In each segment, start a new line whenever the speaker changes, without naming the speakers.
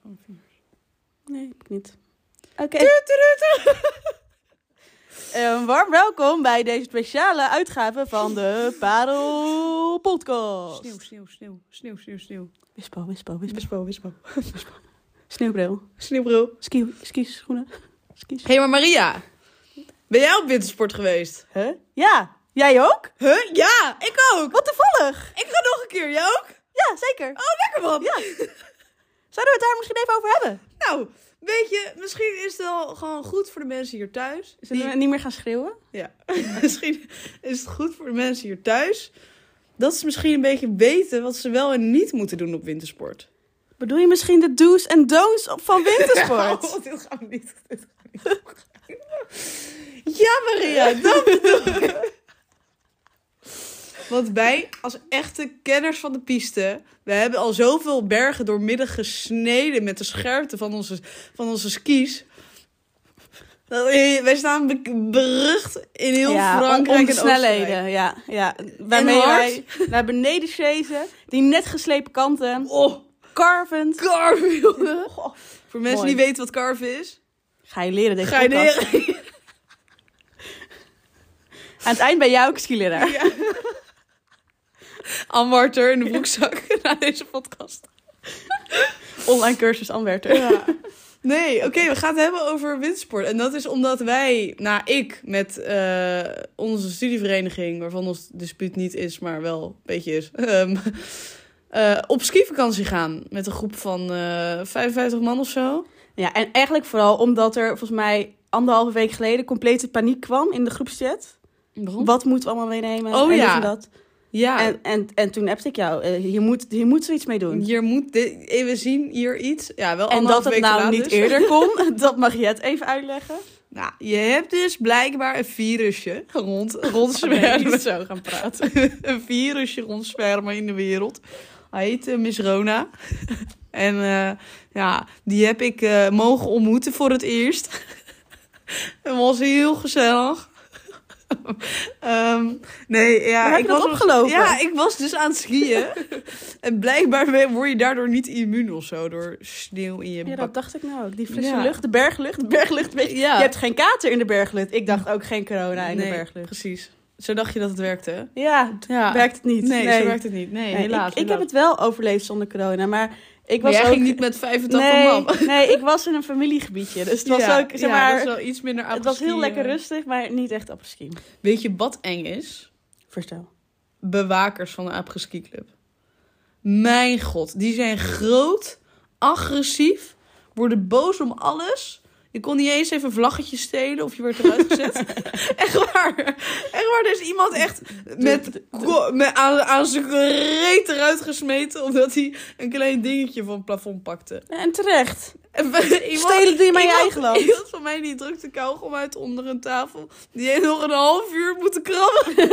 gewoon vingers.
Nee, heb ik niet.
Oké.
Een warm welkom bij deze speciale uitgave van de Parel Podcast.
Sneeuw, sneeuw, sneeuw, sneeuw, sneeuw, sneeuw.
Wispo, wispo, wispo.
Wispo, wispo.
Sneeuwbril.
Sneeuwbril.
Ski, skis, schoenen. Skis.
Hé, maar Maria. Ben jij op wintersport geweest?
Huh? Ja, jij ook?
Huh? Ja, ik ook.
Wat toevallig.
Ik ga nog een keer. Jij ook?
Ja, zeker.
Oh, lekker man.
Ja. Zouden we het daar misschien even over hebben?
Nou, weet je, misschien is het wel gewoon goed voor de mensen hier thuis.
Zullen
Die-
we nou niet meer gaan schreeuwen?
Ja, misschien is het goed voor de mensen hier thuis. Dat ze misschien een beetje weten wat ze wel en niet moeten doen op wintersport.
Bedoel je misschien de do's en don'ts op- van wintersport?
Oh, dit gaan we niet. Dit gaan we niet. ja, Maria, dat bedoel ik. Want wij, als echte kenners van de piste, we hebben al zoveel bergen doormidden gesneden met de scherpte van onze, van onze skis. Dat- eh, Wij staan be- berucht in heel
ja,
Frankrijk
om de
en Oostenrijk.
snelheden. Ja, ja. Waarmee
hard.
wij naar beneden chasen, die net geslepen kanten,
Oh,
carvend.
carven, jongen. Voor mensen
Oh, Mooi.
die weten wat carven is,
Ga je leren deze
ga je
podcast.
neer.
Aan het eind ben jij ook skileraar.
Amwarter in de broekzak na deze podcast.
Online cursus Anwerter.
Nee, oké, we gaan het hebben over windsport. En dat is omdat wij, nou ik, met eh, onze studievereniging, waarvan ons dispuut niet is, maar wel een beetje is, ehm, eh, op skivakantie gaan. Met een groep van eh 55 man of zo.
Ja, en eigenlijk vooral omdat er volgens mij anderhalve week geleden complete paniek kwam in de groepschat. Wat moeten we allemaal meenemen?
Oh
en dit
ja.
en dat.
Ja,
En, en, en toen appte ik jou, eh, je, moet, je moet zoiets mee doen.
hier moet dit, eh, we zien hier iets. Ja, wel
En dat
anderhalve
het
week te
nou
laat
niet
dus.
eerder kon, dat mag je het even uitleggen.
Nou, je hebt dus blijkbaar een virusje rond,
Oh, Nee,
rondzwerven.
niet zo gaan praten.
een virusje rondzwermen in de wereld. Hij heet eh, Miss Rona. en eh, ja, die heb ik eh, mogen ontmoeten voor het eerst. Het was heel gezellig. Ehm, nee, ja,
Waar heb
ik
je dat
was nog-
opgelopen?
Ja, ik was dus aan het skiën. en blijkbaar word je daardoor niet immuun of zo door sneeuw in je
Ja,
bak.
dat dacht ik nou ook. Die frisse
Ja.
lucht, de berglucht, de berglucht. weet je-
Ja.
Je hebt geen kater in de berglucht. Ik dacht ook geen corona in
Nee,
de berglucht.
Precies. Zo dacht je dat het werkte. hè?
Ja,
Ja.
werkt het niet.
Nee, zo werkt het niet. Nee,
Nee,
helaas.
Ik, ik
helaas.
heb het wel overleefd zonder corona, maar ik was
Maar jij
ook...
ging niet met 85
nee,
man.
nee, ik was in een familiegebiedje. Dus het was
Ja,
ook, zeg
ja,
maar,
dat is wel iets minder
het was heel
apres-ski,
lekker
eh.
rustig, maar niet echt apres-ski.
Weet je wat eng is?
Vertel.
Bewakers van de apres-ski club. Mijn god, die zijn groot, agressief, worden boos om alles. Je kon niet eens even een vlaggetje stelen of je werd eruit gezet. echt waar. Echt waar, er is iemand echt met, ko- met aan, aan zijn reet eruit gesmeten... omdat hij een klein dingetje van het plafond pakte.
En terecht.
Iemand-
Stelen doe je maar in je
iemand-
eigen land.
Iemand van mij die drukte kauwgom uit onder een tafel. Die heeft nog een half uur moeten krabben.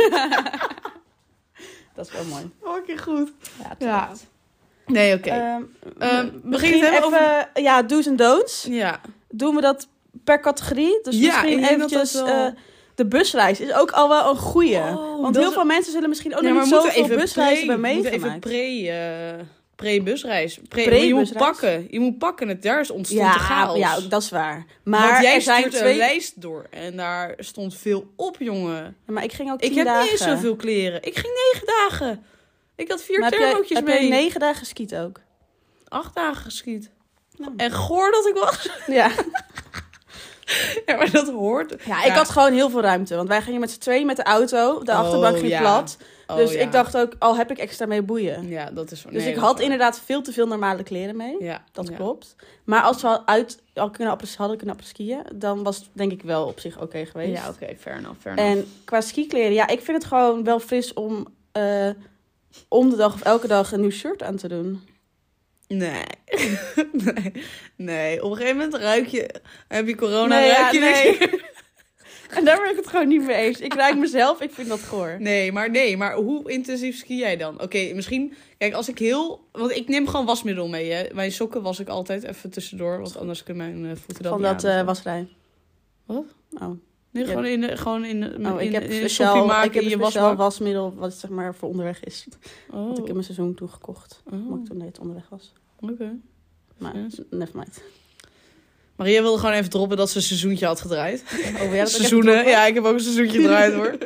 Dat is wel mooi.
Fucking goed.
Ja,
Ja. Nee, oké.
Ehm,
Ehm,
we-
begin
we
het
gingen
hebben
even, Ja, do's en don'ts.
ja.
Doen we dat per categorie? Dus
Ja,
misschien
ik denk dat
eventjes...
dat wel-
eh, de busreis is ook al wel een goeie.
Oh,
Want
dat
heel
is-
veel mensen zullen misschien ook
nee,
nog
maar
niet
moeten
zoveel
even
busreizen
pre,
hebben
moeten even pre,
meegemaakt.
eh, pre-busreis. Pre,
Pre-busreis?
je moet pakken. Je moet pakken. Het daar is ontstond de chaos.
ja, dat is waar. Maar
Want jij
er zijn
stuurt
twee...
een lijst door. En daar stond veel op, jongen.
Ja, Maar ik ging ook tien
Ik heb
dagen.
niet eens zoveel kleren. Ik ging negen dagen. Ik had vier
Maar heb jij-
thermootjes
heb
mee.
jij negen dagen geskiet ook?
Acht dagen geschiet.
Nou.
En goor dat ik was.
Ja.
Ja, maar dat hoort.
ja, ik had gewoon heel veel ruimte. Want wij gingen met z'n tweeën met de auto. De
Oh,
achterbank ging
ja.
plat.
Oh,
dus
ja.
ik dacht ook, al heb ik extra mee boeien.
Ja, dat is...
Dus
nee,
ik
dat
had
is-
inderdaad veel te veel normale kleren mee.
Ja,
Dat
ja.
klopt. Maar als we al uit al kunnen appres, hadden kunnen appreskiën, dan was het denk ik wel op zich oké geweest.
Ja, oké, fair enough, fair enough.
En qua skikleren, ja, ik vind het gewoon wel fris om eh, om de dag of elke dag een nieuw shirt aan te doen.
Nee. nee. Nee, op een gegeven moment ruik je... Heb je corona,
Nee,
ruik je
ja,
niks
nee.
meer.
En daar ben ik het gewoon niet mee eens. Ik ruik mezelf, ik vind dat goor.
Nee, maar nee, maar hoe intensief ski jij dan? Oké, misschien... Kijk, als ik heel... Want ik neem gewoon wasmiddel mee, hè. Mijn sokken was ik altijd even tussendoor. Want anders kunnen mijn eh, voeten dat
van
niet
dat
aan.
eh, wasrij.
Wat?
Oh,
Nee, gewoon in... de- Gewoon in, de-
oh ik
in-
heb
in een soepje
speciaal,
maken
ik heb
in
een
je
speciaal
wasbak.
wasmiddel wat zeg maar voor onderweg is. Wat
Oh,
ik in mijn seizoen toen gekocht.
oh,
Omdat ik toen net onderweg was.
oké.
Maar never mind.
Maria wilde gewoon even droppen dat ze een seizoentje had gedraaid.
Oh, ja,
Seizoenen. Ja, ik heb ook een seizoentje gedraaid hoor.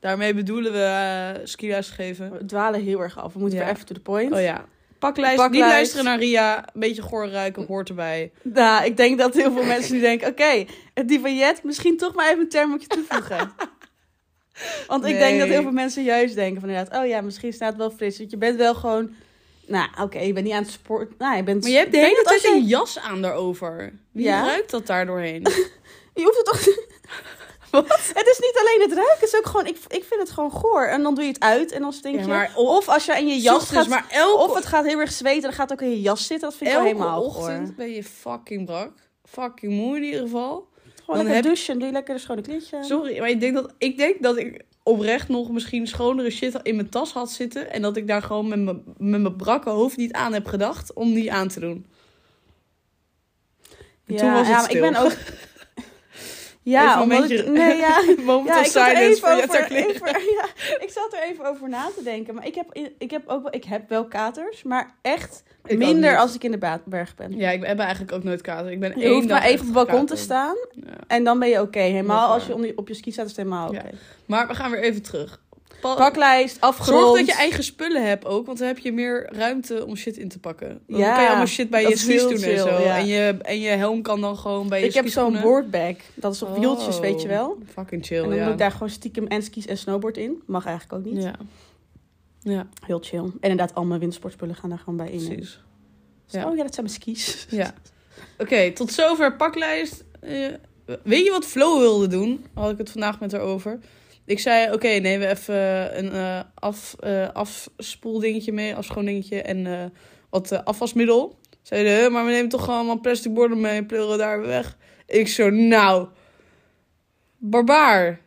Daarmee bedoelen we eh skiles geven.
We dwalen heel erg af. We moeten
Ja.
weer even to the point.
Oh ja. Paklijst,
Paklijst.
niet luisteren naar Ria. Een beetje goor ruiken hoort erbij.
Nou, ik denk dat heel veel mensen nu denken... Oké, het divaillet, misschien toch maar even een term moet je toevoegen. Want ik denk dat
Nee.
heel veel mensen juist denken van inderdaad... Oh ja, misschien staat het wel fris. Want je bent wel gewoon... Nou, oké, je bent niet aan het sporten. Nou, je bent...
Maar je hebt de
ik denk
hele
dat als
tijd
jij-
een jas aan daarover. Wie
Ja.
ruikt dat daar doorheen?
Je hoeft het toch... Het is niet alleen het ruiken, het is ook gewoon... Ik, ik vind het gewoon goor. En dan doe je het uit en dan stink je.
Ja, maar o-
of als je in je jas
Ochtends,
gaat...
dus, maar elke,
Of het gaat heel erg zweten en dan gaat het ook in je jas zitten. Dat vind ik wel
elke
helemaal
ochtend ben je fucking brak. Fucking moe in ieder geval.
Gewoon
Dan
lekker
heb-
douchen, doe je lekker een schone kleedje.
Sorry, maar ik denk dat ik, denk dat ik oprecht nog misschien schonere shit in mijn tas had zitten. En dat ik daar gewoon met mijn- met mijn brakke hoofd niet aan heb gedacht om die aan te doen. En toen was het
ja,
stil.
maar ik ben ook... Ja,
Even een
omdat
momentje-
ik... Nee, ja.
Moment
Ja,
of
ik zat, er
silence voor
even
Jetta
over,
Klink.
even- ja, ik zat er even over na te denken. Maar ik heb, ik heb ook wel, ik heb wel katers, maar echt
Ik ook
minder
niet.
als ik in de Baatberg ben.
Ja, ik heb eigenlijk ook nooit kater. Ik ben
Je
één
hoeft
dag
maar even op
echt
het balkon te
kater.
staan
Ja.
en dan ben je oké. Helemaal
Nog
als
waar.
je onder- op je ski staat is het helemaal oké.
Ja. Maar we gaan weer even terug. Pa-
Paklijst, afgerond.
Zorg dat je eigen spullen hebt ook, want dan heb je meer ruimte om shit in te pakken. Dan
Ja,
kan je allemaal shit bij
dat
je
is
skis
heel
doen en
chill,
zo.
ja.
En, je, en je helm kan dan gewoon bij je
Ik heb zo'n
skischoenen.
boardbag. Dat is op wieltjes,
Oh,
weet je wel.
Fucking chill,
En dan
ja.
doe ik daar gewoon stiekem en skis en snowboard in. Mag eigenlijk ook niet.
Ja. ja,
Heel chill. En inderdaad, al mijn wintersportspullen gaan daar gewoon bij in.
precies.
Dus,
Ja.
Oh ja, dat zijn mijn skis.
Ja. Oké, tot zover paklijst. Eh, weet je wat Flo wilde doen? Had ik het vandaag met haar over. Ik zei, oké, neem we even een eh af, eh, afspoeldingetje mee, afschoondingetje en eh, wat eh, afwasmiddel. Zeiden, "Hè, maar we nemen toch gewoon allemaal plastic borden mee, pleuren daar weg. Ik zo, nou, barbaar.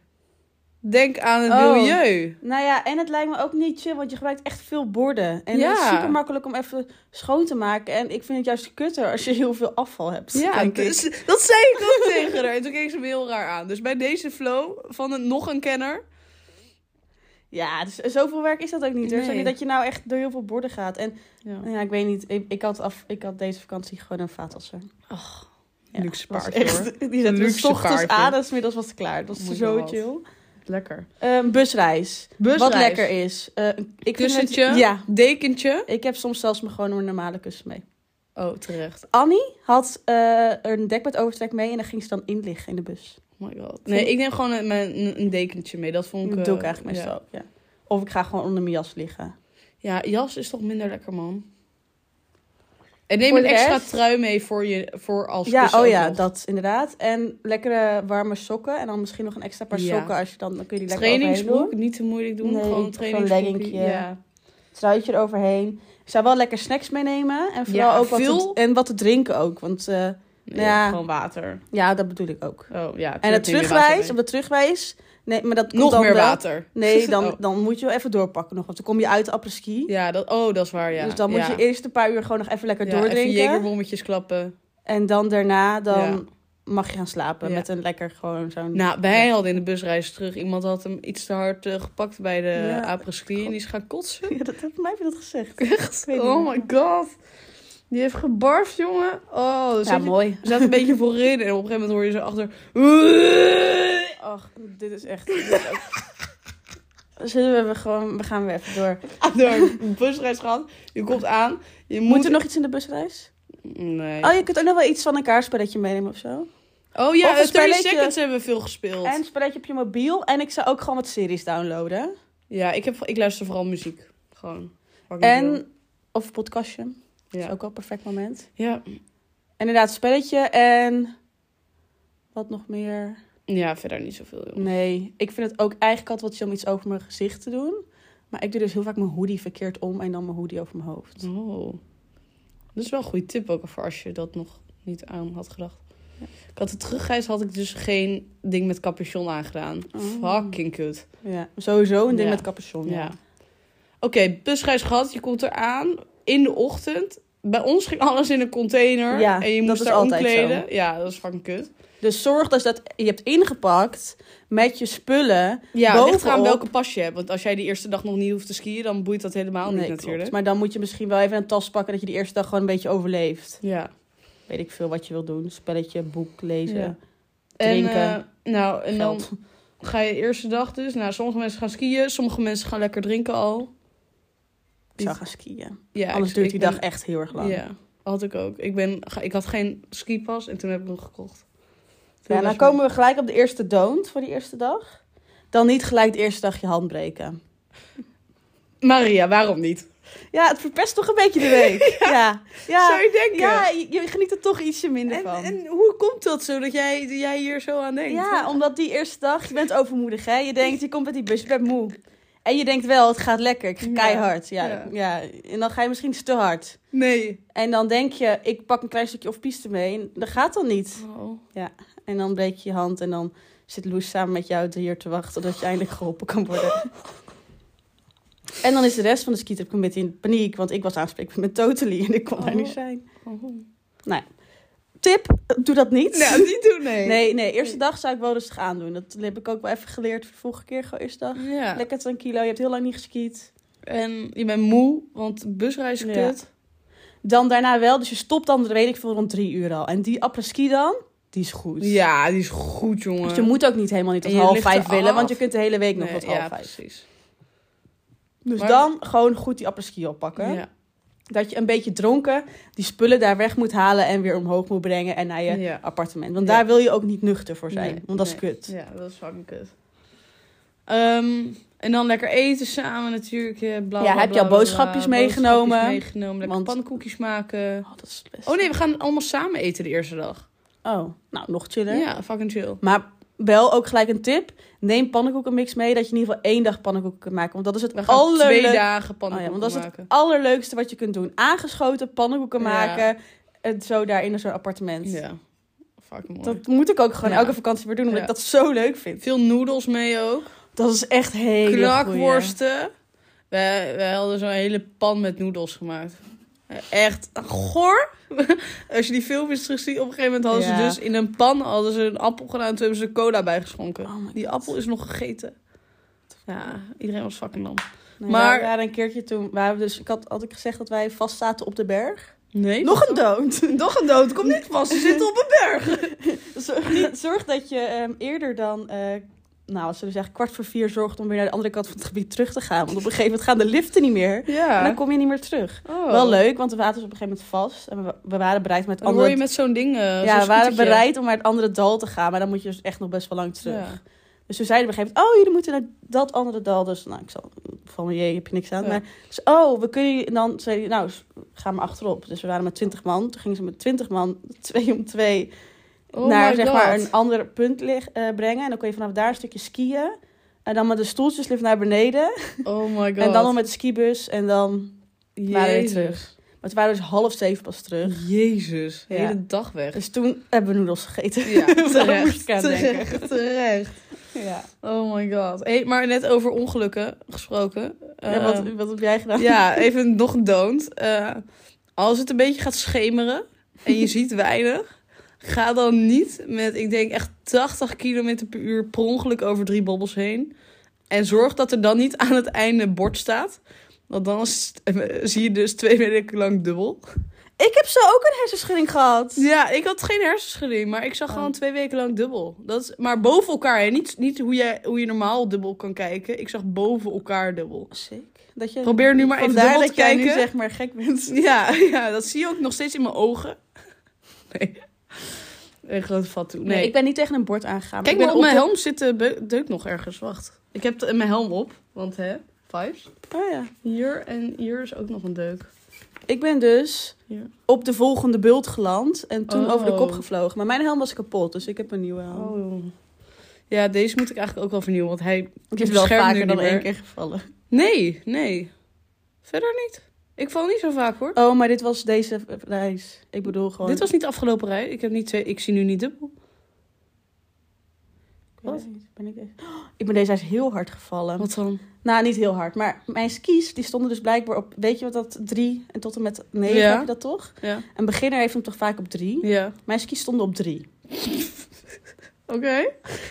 Denk aan het
Oh.
milieu.
Nou ja, en het lijkt me ook niet chill, want je gebruikt echt veel borden. En
Ja.
het is super makkelijk om even schoon te maken. En ik vind het juist kutter als je heel veel afval hebt.
Ja,
denk ik.
dus, dat zei ik ook tegen haar. En toen keek ze me heel raar aan. Dus bij deze flow van een, nog een kenner.
ja dus zoveel werk is dat ook niet. hoor. Het is ook
Nee.
niet dat je nou echt door heel veel borden gaat. En
Ja.
nou ja, ik weet niet, ik, ik had af, ik had deze vakantie gewoon een vaatwasser. Ja,
Luxe
was
paardje,
echt-
hoor.
Die zetten we
Luxe
s ochtends
paardje.
aan, en 's middags was het klaar. Dat
Oh
was
my
zo
God.
chill.
Lekker.
Ehm, busreis.
Busreis.
Wat lekker is. Eh, ik vind het-
Kussentje?
ja.
Dekentje?
Ik heb soms zelfs me gewoon een normale kussen mee.
Oh, terecht.
Annie had eh, een dekbed overtrek mee en dan ging ze dan in liggen in de bus.
Oh my god. Nee, ik neem gewoon een, mijn- een dekentje mee. Dat vond ik...
Dat
eh,
doe ik eigenlijk meestal
Ja.
ook, ja. Of ik ga gewoon onder mijn jas liggen.
ja, jas is toch minder lekker, man. En neem
Voor
een
de
extra
rest?
trui mee voor, je, voor als
ja,
kussen
oh
ook
ja,
nog.
dat inderdaad. En lekkere warme sokken en dan misschien nog een extra paar
Ja.
sokken als je dan, dan kun je die lekker
Trainingsbroek,
overheen
niet te moeilijk doen.
Nee,
gewoon een
zo'n
trainingsbroek.
leggingje.
Ja.
doen. Truitje eroverheen. Ik zou wel lekker snacks meenemen en vooral
Ja,
ook wat
veel.
te, en wat te drinken ook, want eh,
Nee,
Ja.
Gewoon water.
ja, dat bedoel ik ook.
Oh, ja,
En het
tuurlijk neem je water
terugwijs,
mee.
op de terugwijs, nee, maar dat komt
Nog
dan
meer
wel-
water.
Nee, dan,
Oh.
dan moet je wel even doorpakken nog, want dan kom je uit de apres-ski.
Ja, dat, oh, dat is waar, ja.
Dus dan moet
Ja.
je eerst een paar uur gewoon nog even lekker
Ja,
doordrinken.
Even jegerbommetjes klappen.
En dan daarna dan
Ja.
mag je gaan slapen
Ja.
met een lekker gewoon zo'n...
Nou, wij hadden in de busreis terug. Iemand had hem iets te hard eh, gepakt bij de
Ja.
apres-ski en die is gaan kotsen.
Ja, dat, volgens mij heb je dat gezegd.
Echt?
weet niet
Oh
meer.
my god. Die heeft gebarfd, jongen. Oh, dus
Ja, mooi.
we zaten een beetje voorin en op een gegeven moment hoor je zo achter.
Ach, dit is echt... dit is ook- Zullen we gewoon... We gaan weer even door.
Door een busreis gehad. Je komt aan. Je moet...
Moet er nog iets in de busreis?
Nee.
Oh, je kunt ook nog wel iets van een kaarspelletje meenemen of zo.
Oh ja,
Of een
30
spelletje.
Seconds hebben we veel gespeeld.
En een spelletje op je mobiel. En ik zou ook gewoon wat series downloaden.
Ja, ik, heb, ik luister vooral muziek. Gewoon. Fucking veel.
En... Of een podcastje. Dat is
Ja.
ook wel een perfect moment.
Ja.
En Inderdaad, spelletje en... Wat nog meer?
ja, verder niet zoveel. joh.
Nee, ik vind het ook eigenlijk altijd wat chill om iets over mijn gezicht te doen. Maar ik doe dus heel vaak mijn hoodie verkeerd om en dan mijn hoodie over mijn hoofd.
Oh. Dat is wel een goede tip ook voor als je dat nog niet aan had gedacht. Ik had de terugreis had ik dus geen ding met capuchon aangedaan.
Oh.
Fucking kut.
Ja, sowieso een ding
Ja.
met capuchon.
Ja.
Ja.
Oké, busreis gehad. Je komt eraan in de ochtend. Bij ons ging alles in een container.
Ja,
en je
dat
moest
is
daar
altijd
omkleden. Ja, dat is fucking kut.
Dus zorg dus dat je hebt ingepakt met je spullen.
Ja, het ligt eraan
Bovenop-
welke pas je hebt. Want als jij de eerste dag nog niet hoeft te skiën, dan boeit dat helemaal niet
klopt.
natuurlijk.
Maar dan moet je misschien wel even een tas pakken dat je die eerste dag gewoon een beetje overleeft.
Ja.
weet ik veel wat je wil doen. Spelletje, boek, lezen.
Ja.
Drinken.
En, eh, nou, en dan
Geld.
ga je de eerste dag dus. Nou, sommige mensen gaan skiën, sommige mensen gaan lekker drinken al.
Ik zou gaan skiën.
Ja,
Anders
ik-
duurt
ik
die
ben-
dag echt heel erg lang.
Ja, had ik ook. Ik, ben, ga- ik had geen skipas en toen heb ik hem gekocht. Toen was
Ja, dan
ik-
komen we gelijk op de eerste don't voor die eerste dag. Dan niet gelijk de eerste dag je hand breken.
Maria, waarom niet?
Ja, het verpest toch een beetje de week. ja. Ja.
Zou je denken?
Ja, je, je geniet er toch ietsje minder
En,
van.
en hoe komt dat zo dat jij, dat jij hier zo aan denkt?
ja, omdat die eerste dag, je bent overmoedig hè. Je denkt, je komt met die bus, je bent moe. En je denkt wel, het gaat lekker, ik ga
Ja.
keihard. Ja, ja.
Ja.
En dan ga je misschien iets te hard.
Nee.
En dan denk je, ik pak een klein stukje of piste mee. En dat gaat dan niet.
Oh,
En dan breek je je hand en dan zit Loes samen met jou hier te wachten tot je eindelijk geholpen kan worden. En dan is de rest van de skiterp een beetje in paniek, want ik was aanspreekbaar met Totally en ik kon daar
Oh.
niet zijn.
Oh.
Tip, doe dat niet.
Nou, niet doen, nee.
nee, nee, eerste dag zou ik wel rustig aandoen. Dat heb ik ook wel even geleerd de vorige keer, gewoon eerste dag.
Ja.
Lekker tranquilo, je hebt heel lang niet geskiet.
En je bent moe, want de busreis is
Ja.
kut.
Dan daarna wel, dus je stopt dan, weet ik veel, rond drie uur al. En die après-ski dan, die is goed.
Ja, die is goed, jongen.
Dus je moet ook niet helemaal niet tot
En je
half
ligt er
vijf willen,
af.
want je kunt de hele week nog
Nee,
tot half
ja,
vijf.
precies.
Dus
Maar-
dan gewoon goed die apres-ski oppakken.
Ja.
Dat je een beetje dronken die spullen daar weg moet halen en weer omhoog moet brengen en naar je
Ja.
appartement. Want
Ja.
daar wil je ook niet nuchter voor zijn,
Nee,
want dat is
nee.
kut.
ja, dat is fucking kut. Ehm, en dan lekker eten samen natuurlijk. eh, Bla, bla,
Ja,
bla,
heb je al
bla,
boodschapjes
bla,
meegenomen?
boodschapjes meegenomen, lekker
Want-
pannenkoekjes maken.
Oh, dat is best.
Oh nee, we gaan allemaal samen eten de eerste dag.
Oh, nou nog chiller.
Ja, fucking chill.
Maar wel ook gelijk een tip: neem pannenkoekenmix mee, dat je in ieder geval één dag pannenkoeken kunt maken, want dat is
We
het
gaan twee
allerleukste.
dagen pannenkoeken
Oh want dat is het
maken.
allerleukste wat je kunt doen. Aangeschoten pannenkoeken
Ja.
maken en zo daar in zo'n appartement.
Ja, fucking mooi.
Dat moet ik ook gewoon
Ja.
elke vakantie weer doen, omdat
Ja.
ik dat zo leuk vind.
Veel noedels mee ook.
Dat is echt hele goeie.
Knakworsten. We, we hadden zo'n hele pan met noedels gemaakt. Echt goor. Als je die filmpjes terugziet, op een gegeven moment hadden
Ja.
ze dus in een pan hadden ze een appel gedaan. Toen hebben ze cola bijgeschonken.
Oh my
die
God.
appel is nog gegeten. Ja, iedereen was fucking lam.
Nee,
Maar-
maar we waren een keertje toen, waren we dus, ik had, had ik gezegd dat wij vast zaten op de berg.
Nee.
Nog een dood.
nog een dood. Kom niet vast. Ze zitten op een berg.
Zorg, niet- zorg dat je ehm, eerder dan, eh nou, wat zullen we zeggen, kwart voor vier zorgt om weer naar de andere kant van het gebied terug te gaan. Want op een gegeven moment gaan de liften niet meer. En dan
Ja.
kom je niet meer terug.
Oh.
Wel leuk, want we water is op een gegeven moment vast. En we, we waren bereid met
Dan word
andere...
je met zo'n ding. eh,
ja,
zo'n
we waren
scootertje.
bereid om naar het andere dal te gaan. Maar dan moet je dus echt nog best wel lang terug.
Ja.
Dus toen zeiden we op een gegeven moment, oh, jullie moeten naar dat andere dal. Dus nou, ik zal, van je heb je niks aan.
Ja.
Maar, dus, oh, we kunnen, jullie- en dan zei hij, nou, s- ga maar achterop. Dus we waren met twintig man. Toen gingen ze met twintig man, twee om twee,
Oh
naar
my
zeg maar
God.
een ander punt lig, eh, brengen. En dan kon je vanaf daar een stukje skiën. En dan met de stoeltjeslift naar beneden.
Oh my god.
En dan nog met de skibus. En dan, waren we weer terug. maar toen waren we dus half zeven pas terug.
Jezus, de
Ja.
hele dag weg.
Dus toen hebben we noedels gegeten.
Ja,
Daar moest
terecht,
ik aan denken.
terecht, terecht.
Ja.
Oh my god. Hey, maar net over ongelukken gesproken.
Ja,
Eh,
wat, wat heb jij gedaan?
ja, even nog een don't. Eh, als het een beetje gaat schemeren en je ziet weinig, ga dan niet met, ik denk echt 80 km per uur per ongeluk over drie bobbels heen. En zorg dat er dan niet aan het einde een bord staat. Want dan is- zie je dus twee weken lang dubbel.
Ik heb zo ook een hersenschudding gehad.
Ja, ik had geen hersenschudding, maar ik zag
Oh.
gewoon twee weken lang dubbel. Dat is, maar boven elkaar, hè? Niet, niet hoe, jij, hoe je normaal dubbel kan kijken. Ik zag boven elkaar dubbel.
Sick. Dat je
Probeer nu maar even
Vandaar
dubbel
dat
te
jij nu
kijken.
zeg maar gek bent.
Ja, ja, dat zie je ook nog steeds in mijn ogen. Nee. Een grote fatu. Nee.
Nee, ik ben niet tegen een bord aangegaan. maar
Kijk,
ik ben
maar op mijn
de-
helm zit de beu- deuk nog ergens. Wacht. Ik heb de- mijn helm op, want hè, vibes.
Oh, ja.
Hier en hier is ook nog een deuk.
Ik ben dus
Hier.
op de volgende bult geland en toen
Oh.
over de kop gevlogen. Maar mijn helm was kapot, dus ik heb een nieuwe helm.
Oh. Ja, deze moet ik eigenlijk ook wel vernieuwen, want hij
ik is wel
beschermt nu
vaker
niet
dan
meer.
één keer gevallen.
Nee, nee. Verder niet. Ik val niet zo vaak hoor.
Oh, maar dit was deze reis. Ik bedoel gewoon...
Dit was niet de afgelopen rij. Ik, heb niet twee, ik zie nu niet dubbel.
Ik weet het niet. Ben ik, deze... Oh, ik ben deze reis heel hard gevallen.
Wat dan?
Nou, niet heel hard, maar mijn skis die stonden dus blijkbaar op... Weet je wat dat? Drie en tot en met negen
Ja.
heb je dat toch?
Ja.
Een beginner heeft hem toch vaak op drie?
Ja.
Mijn skis stonden op drie.
Oké.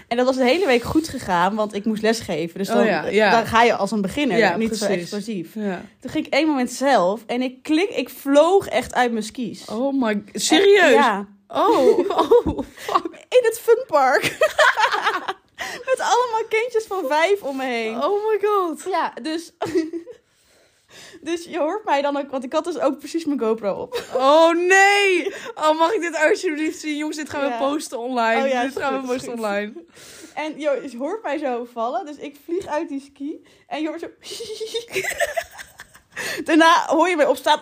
En dat was de hele week goed gegaan, want ik moest lesgeven. Dus
Oh
dan,
ja, ja.
dan ga je als een beginner,
Ja,
niet zo
precies.
explosief.
Ja.
Toen ging ik één moment zelf en ik klik, ik vloog echt uit mijn skis.
Oh my... Serieus?
Ja.
Oh. Oh.
In het funpark. Met allemaal kindjes van vijf om me heen.
Oh my god.
Ja, dus... dus je hoort mij dan ook, want ik had dus ook precies mijn GoPro op.
Oh nee! Oh, mag ik dit alsjeblieft zien? Jongens, dit gaan we
Ja.
posten online.
Oh ja,
dit
is
gaan
goed,
we
is
posten
goed.
online.
En je je hoort mij zo vallen, dus ik vlieg uit die ski. En je hoort zo... Daarna hoor je mij opstaan.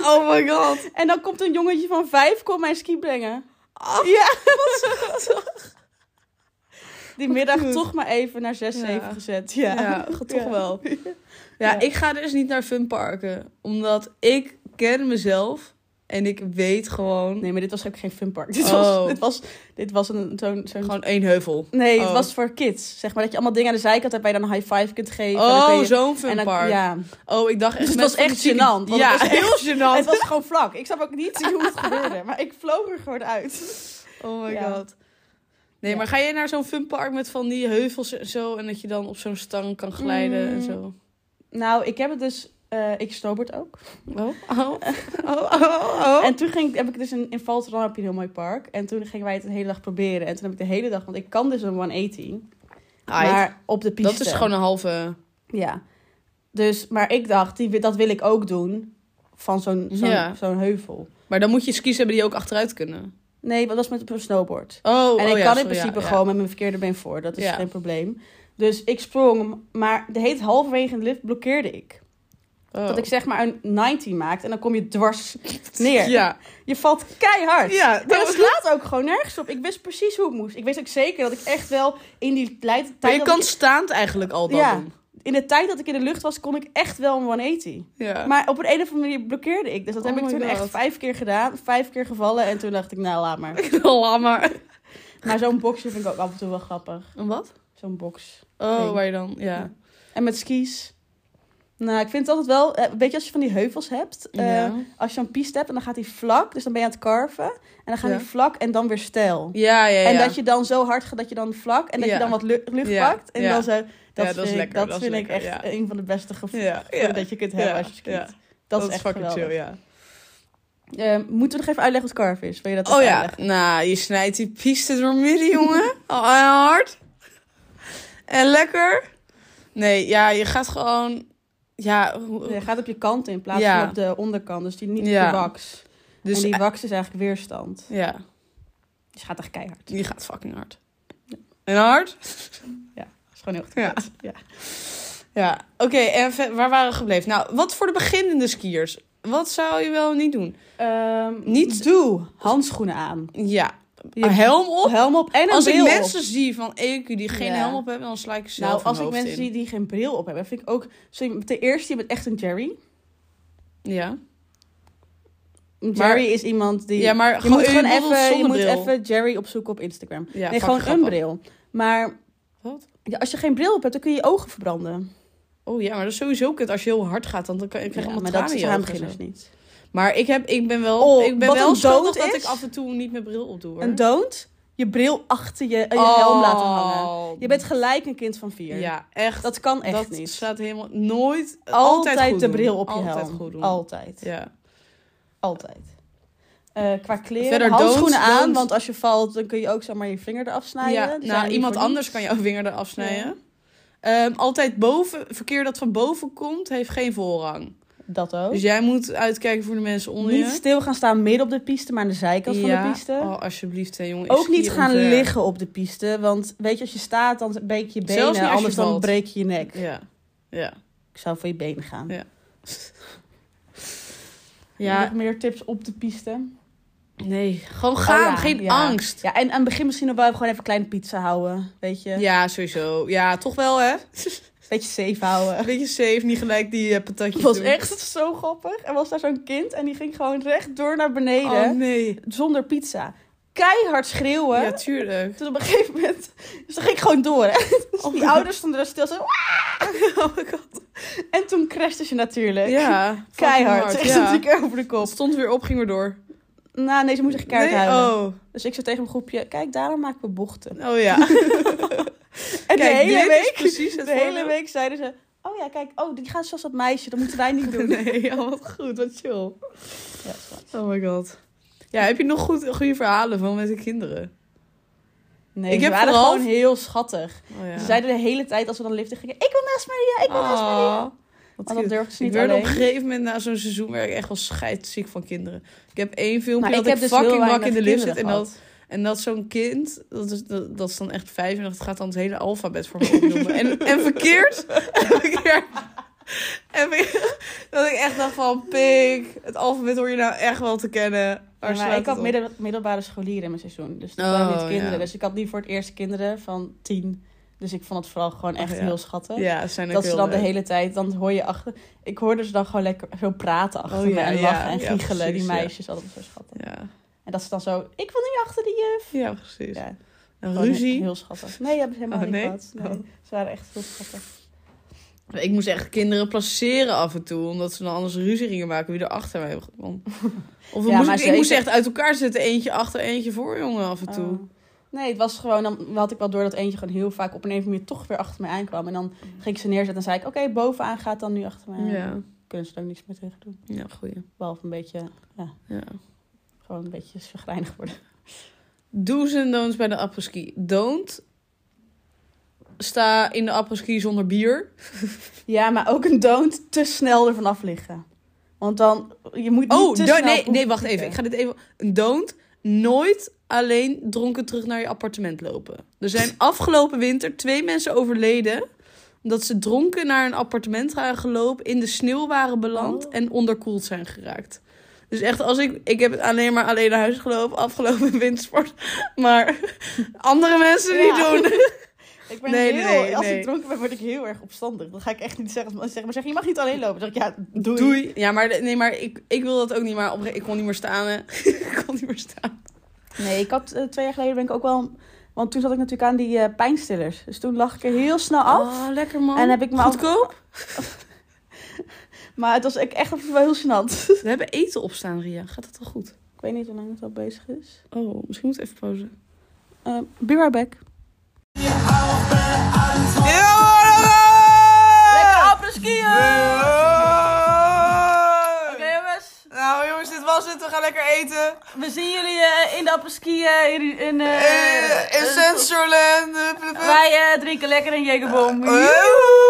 Oh my god.
En dan komt een jongetje van vijf, kom mijn ski brengen.
Oh,
Ja.
wat zo goed.
Die middag
goed.
toch maar even naar 6-7
Ja.
gezet.
Ja,
Ja,
toch
Ja.
wel. Ja, ik ga dus niet naar funparken. Omdat ik ken mezelf en ik weet gewoon...
Nee, maar dit was ook geen funpark. Dit,
Oh.
was, dit, was, dit was een zo'n... zo'n-
Gewoon één heuvel.
Nee,
Oh.
het was voor kids. Zeg maar dat je allemaal dingen aan de zijkant hebt waar je dan een high five kunt geven. en dan kun
Oh,
je-
zo'n
en dan-
funpark.
Ja.
Oh, ik dacht echt...
Dus het
met
was
van
echt
die-
gênant, want het
Ja,
was echt-
heel
Het
gênant.
was gewoon vlak. Ik snap ook niet hoe het gebeurde. Maar ik vloog er gewoon uit.
Oh my
Ja.
god. Nee,
Ja.
maar ga jij naar zo'n funpark met van die heuvels en zo... en dat je dan op zo'n stang kan glijden en
Mm.
zo?
Nou, ik heb het dus... eh, ik snowboard ook.
Oh, oh, oh, oh.
En toen ging, heb ik dus in, in Valtran heb je een heel mooi park. En toen gingen wij het een hele dag proberen. En toen heb ik de hele dag... Want ik kan dus een 180. Maar op de piste.
Ah, dat is gewoon een halve.
Ja. Dus, maar ik dacht, die, dat wil ik ook doen. Van zo'n zo'n
Ja.
zo'n heuvel.
Maar dan moet je skis hebben die ook achteruit kunnen.
Nee, want dat is met een snowboard.
Oh,
en
oh ja,
ik kan in
sorry, ja,
principe
ja.
gewoon met mijn verkeerde been voor. Dat is
Ja.
geen probleem. Dus ik sprong, maar de heet halverwege in de lift blokkeerde ik.
Oh.
Dat ik zeg maar een 19 maakte en dan kom je dwars neer.
Ja,
Je valt keihard.
ja
En dat slaat ook gewoon nergens op. Ik wist precies hoe het moest. Ik wist ook zeker dat ik echt wel in die tijd...
Maar je
dat
kan
ik-
staand eigenlijk al dat
Ja.
doen.
in de tijd dat ik in de lucht was, kon ik echt wel een 180.
Ja.
Maar op een, een of andere manier blokkeerde ik. Dus dat heb
Oh
ik
my
toen
God.
echt vijf keer gedaan. Vijf keer gevallen. En toen dacht ik, nou laat maar.
Laat maar.
Maar zo'n boxje vind ik ook af en toe wel grappig.
Een wat?
Zo'n box.
Oh,
Nee.
waar je dan... Ja.
Ja. En met skis. Nou, ik vind het altijd wel... eh, Weet je, als je van die heuvels hebt. eh,
ja.
als je een piste hebt en dan gaat die vlak. Dus dan ben je aan het carven. En dan gaat
Ja.
die vlak en dan weer stijl.
Ja, ja, ja.
En dat je dan zo hard gaat dat je dan vlak. En dat
Ja.
je dan wat lu- lucht
Ja.
pakt. En
Ja.
dan zo...
dat
Dat,
is
vind, ik,
lekker,
dat
dat is
vind ik
lekker,
echt
ja.
een van de beste gevoelens
Ja, ja.
dat je kunt hebben
Ja,
als je skiet.
ja.
Dat, is echt
fucking
geweldig.
chill, ja.
Eh, moeten we nog even uitleggen wat carve is? Wil je dat
Oh
even
ja,
uitleggen?
nou, je snijdt die piste door midden, jongen. Al hard. En lekker. Nee, ja, je gaat gewoon... Ja, hoe-
Je gaat op je kant in plaats
Ja.
van op de onderkant. Dus die niet
Ja.
op de wax.
dus...
en die wax is eigenlijk weerstand.
Ja.
Dus je gaat echt keihard.
Die gaat fucking hard. En hard?
Dat is gewoon heel goed.
Ja.
Ja.
Ja. Oké, en ver- waar waren we gebleven? Nou, wat voor de beginnende skiers? Wat zou je wel niet doen?
Ehm,
Niet-
doe handschoenen aan.
Ja,
Je-
helm op.
Helm op en een
Als ik
bril op.
mensen zie van EQ die geen
Ja.
helm op hebben, dan sla ik ze zelf
Nou, als
hun
ik
hoofd
mensen
in.
zie die geen bril op hebben, vind ik ook... Sorry, ten eerste, je bent echt een Jerry.
Ja.
Een
Maar-
Jerry is iemand die...
ja, maar
je moet
je
gewoon
bedoelt
even, je moet
zonnebril.
even Jerry opzoeken op Instagram.
Ja,
nee,
fuck,
gewoon
grappig.
een bril. Maar
Wat?
ja, als je geen bril op hebt, dan kun je je ogen verbranden.
Oh ja, maar dat is sowieso kut als je heel hard gaat, want dan kan- ik krijg
Ja,
je
maar
allemaal
dat
tranen
is
in je
voor
ogen en
beginners
zo.
niet.
Maar ik, heb, ik ben wel,
Oh,
ik ben
wat
wel
een
schuldig
dood
dat
is.
ik af en toe niet mijn bril op doe. hoor.
Een don't, je bril achter je, en je
Oh.
helm laten hangen. Je bent gelijk een kind van vier.
Ja, echt.
Dat kan echt
dat
niet.
staat helemaal nooit.
altijd
goed
de
doen.
bril op je
altijd
helm.
Goed doen.
Altijd.
Ja.
Altijd. Eh, qua kleren,
Verder
handschoenen
don't,
aan,
don't.
want als je valt, dan kun je ook zomaar je vinger eraf snijden.
ja.
Zijn
Nou,
die
iemand
voor
anders
niets?
kan jouw vinger eraf snijden. Ehm, altijd boven, verkeer dat van boven komt, heeft geen voorrang.
Dat ook.
Dus jij moet uitkijken voor de mensen onder
Oh. niet
je.
stil gaan staan midden op de piste, maar aan de zijkant van de piste.
Oh, alsjeblieft, hè, jongen. Ik
ook niet
skier
gaan
omver.
liggen op de piste, want weet je, als je staat, dan breek je je
Zelfs niet als
benen,
je
anders dan
valt.
breek je je nek.
Ja. Ja.
Ik zou voor je benen gaan.
Ja.
Nog
Ja,
meer tips op de piste.
nee. Gewoon gaan,
Oh ja,
geen
ja.
angst.
Ja, en aan het begin misschien nog wel even gewoon even kleine pizza houden. Weet je?
Ja, sowieso. Ja, toch wel, hè?
Beetje safe houden.
Beetje safe, niet gelijk die eh, patatjes
Het was
doen.
echt zo grappig. Er was daar zo'n kind en die ging gewoon recht door naar beneden.
Oh, nee.
Zonder pizza. Keihard schreeuwen.
Ja, tuurlijk.
Toen op een gegeven moment... Dus dan ging ik gewoon door, hè. Dus
Oh my
die ouders stonden daar stil. Zo, oh my god. En toen crashte ze natuurlijk.
Ja, fucking
Keihard. Echt
Ja.
een keer over de kop.
Stond weer op, ging weer door.
Nou, nee, ze moest echt keihard huilen.
Oh.
Dus ik zei tegen mijn groepje, kijk, daarom maken we bochten.
oh ja.
En de
Kijk,
hele
dit is
week,
precies het
de hele
voorbeeld.
week zeiden ze, oh ja, kijk, oh, die gaan zoals dat meisje, dat moeten wij niet doen.
Nee, ja, wat goed, wat chill.
Ja, schat.
Oh my god. Ja, heb je nog goed, goede verhalen van met de kinderen?
nee,
Ik
ze
heb
waren
vooral-
gewoon heel schattig.
Oh ja.
Ze zeiden de hele tijd als we dan liften gingen, ik wil naast Maria, ik wil naast Maria.
Ah, wat
Want Oh, dat
cute.
durfden ze
Ik
niet
werd op
alleen.
een gegeven moment na zo'n seizoen werd ik echt wel scheidsziek van kinderen. Ik heb één filmpje
Maar
dat
ik
ik,
heb dus heel
fucking bak in
weinig
de lift zit.
kinderen
En dat, en dat zo'n kind, dat is, dat, dat is dan echt vijf en dat gaat dan het hele alfabet voor me opnoemen. en, en verkeerd. En verkeerd. En verkeerd. dat ik echt dacht van, pik, het alfabet hoor je nou echt wel te kennen. Waar
Ja, maar
slaat
ik had
het op?
middel- middelbare scholieren in mijn seizoen. Dus dat
Oh,
waren niet kinderen.
ja.
Dus ik had niet voor het eerst kinderen van tien. Dus ik vond het vooral gewoon echt
Oh, ja.
heel schattig.
Ja, ze zijn ook
dat ze
heel
dan de
leuk.
hele tijd, dan hoor je achter... Ik hoorde ze dan gewoon lekker zo praten achter
Oh,
me
ja,
en
ja,
lachen en
ja,
giechelen.
precies,
die
ja.
meisjes hadden me zo schattig.
Ja,
En dat ze dan zo, ik wil niet achter die juf.
ja precies.
Ja,
Een
gewoon
ruzie.
Heel schattig. Nee, hebben ze helemaal
Oh, nee?
niet gehad. Nee, Ze waren echt heel schattig.
Ik moest echt kinderen placeren af en toe, omdat ze dan anders ruzie gingen maken wie er achter mij kwam. Of we
Ja,
moest
maar
ik, ik
ze-
moest echt uit elkaar zetten, eentje achter, eentje voor, jongen, af en toe.
Oh. Nee, het was gewoon, dan had ik wel door dat eentje gewoon heel vaak op een of andere manier toch weer achter mij aankwam. En dan ging ik ze neerzetten en zei ik, oké, bovenaan gaat dan nu achter mij. aan.
Mm. ja,
kunnen ze er ook niks meer tegen doen.
ja, goeie.
Behalve een beetje,
Ja.
gewoon een beetje chagrijnig worden.
Do's en don'ts bij de apres-ski. Don't sta in de apres-ski zonder bier.
Ja, maar ook een don't te snel ervan af liggen. Want dan, je moet niet
Oh,
te
do-
snel...
nee,
proeven
nee, wacht
drinken.
even. Ik ga dit even... Een don't, nooit alleen dronken terug naar je appartement lopen. Er zijn afgelopen winter twee mensen overleden... omdat ze dronken naar een appartement waren gelopen... in de sneeuw waren beland
Oh.
en onderkoeld zijn geraakt. Dus echt, als ik... Ik heb het alleen maar alleen naar huis gelopen afgelopen wintersport. Maar andere mensen niet
Ja.
doen.
Ik ben
Nee,
heel,
nee, nee,
als
nee.
ik dronken ben, word ik heel erg opstandig. Dan ga ik echt niet zeggen, maar zeg maar, zeg, je mag niet alleen lopen. Dan zeg ik, ja, doei.
Doei. Ja, maar, de- nee, maar ik, ik wil dat ook niet. Maar opre- ik kon niet meer staan. hè. ik kon niet meer staan.
Nee, ik had eh, twee jaar geleden ben ik ook wel... Want toen zat ik natuurlijk aan die eh, pijnstillers. Dus toen lag ik er heel snel af.
Oh, lekker man.
En heb ik me af-
Goedkoop?
Maar het was ik echt wel heel gênant.
We hebben eten opstaan, Ria. Gaat dat wel goed?
ik weet niet hoe lang het al bezig is.
Oh, misschien moet ik even pauzen.
Eh, be right back. Lekker jongens.
Nou jongens, dit was het. We gaan lekker eten.
We zien jullie eh, in de apres-ski eh, in, in, eh,
Eh, In
eh,
Sensorland.
wij eh, drinken lekker een Jägerbom.
Woehoe.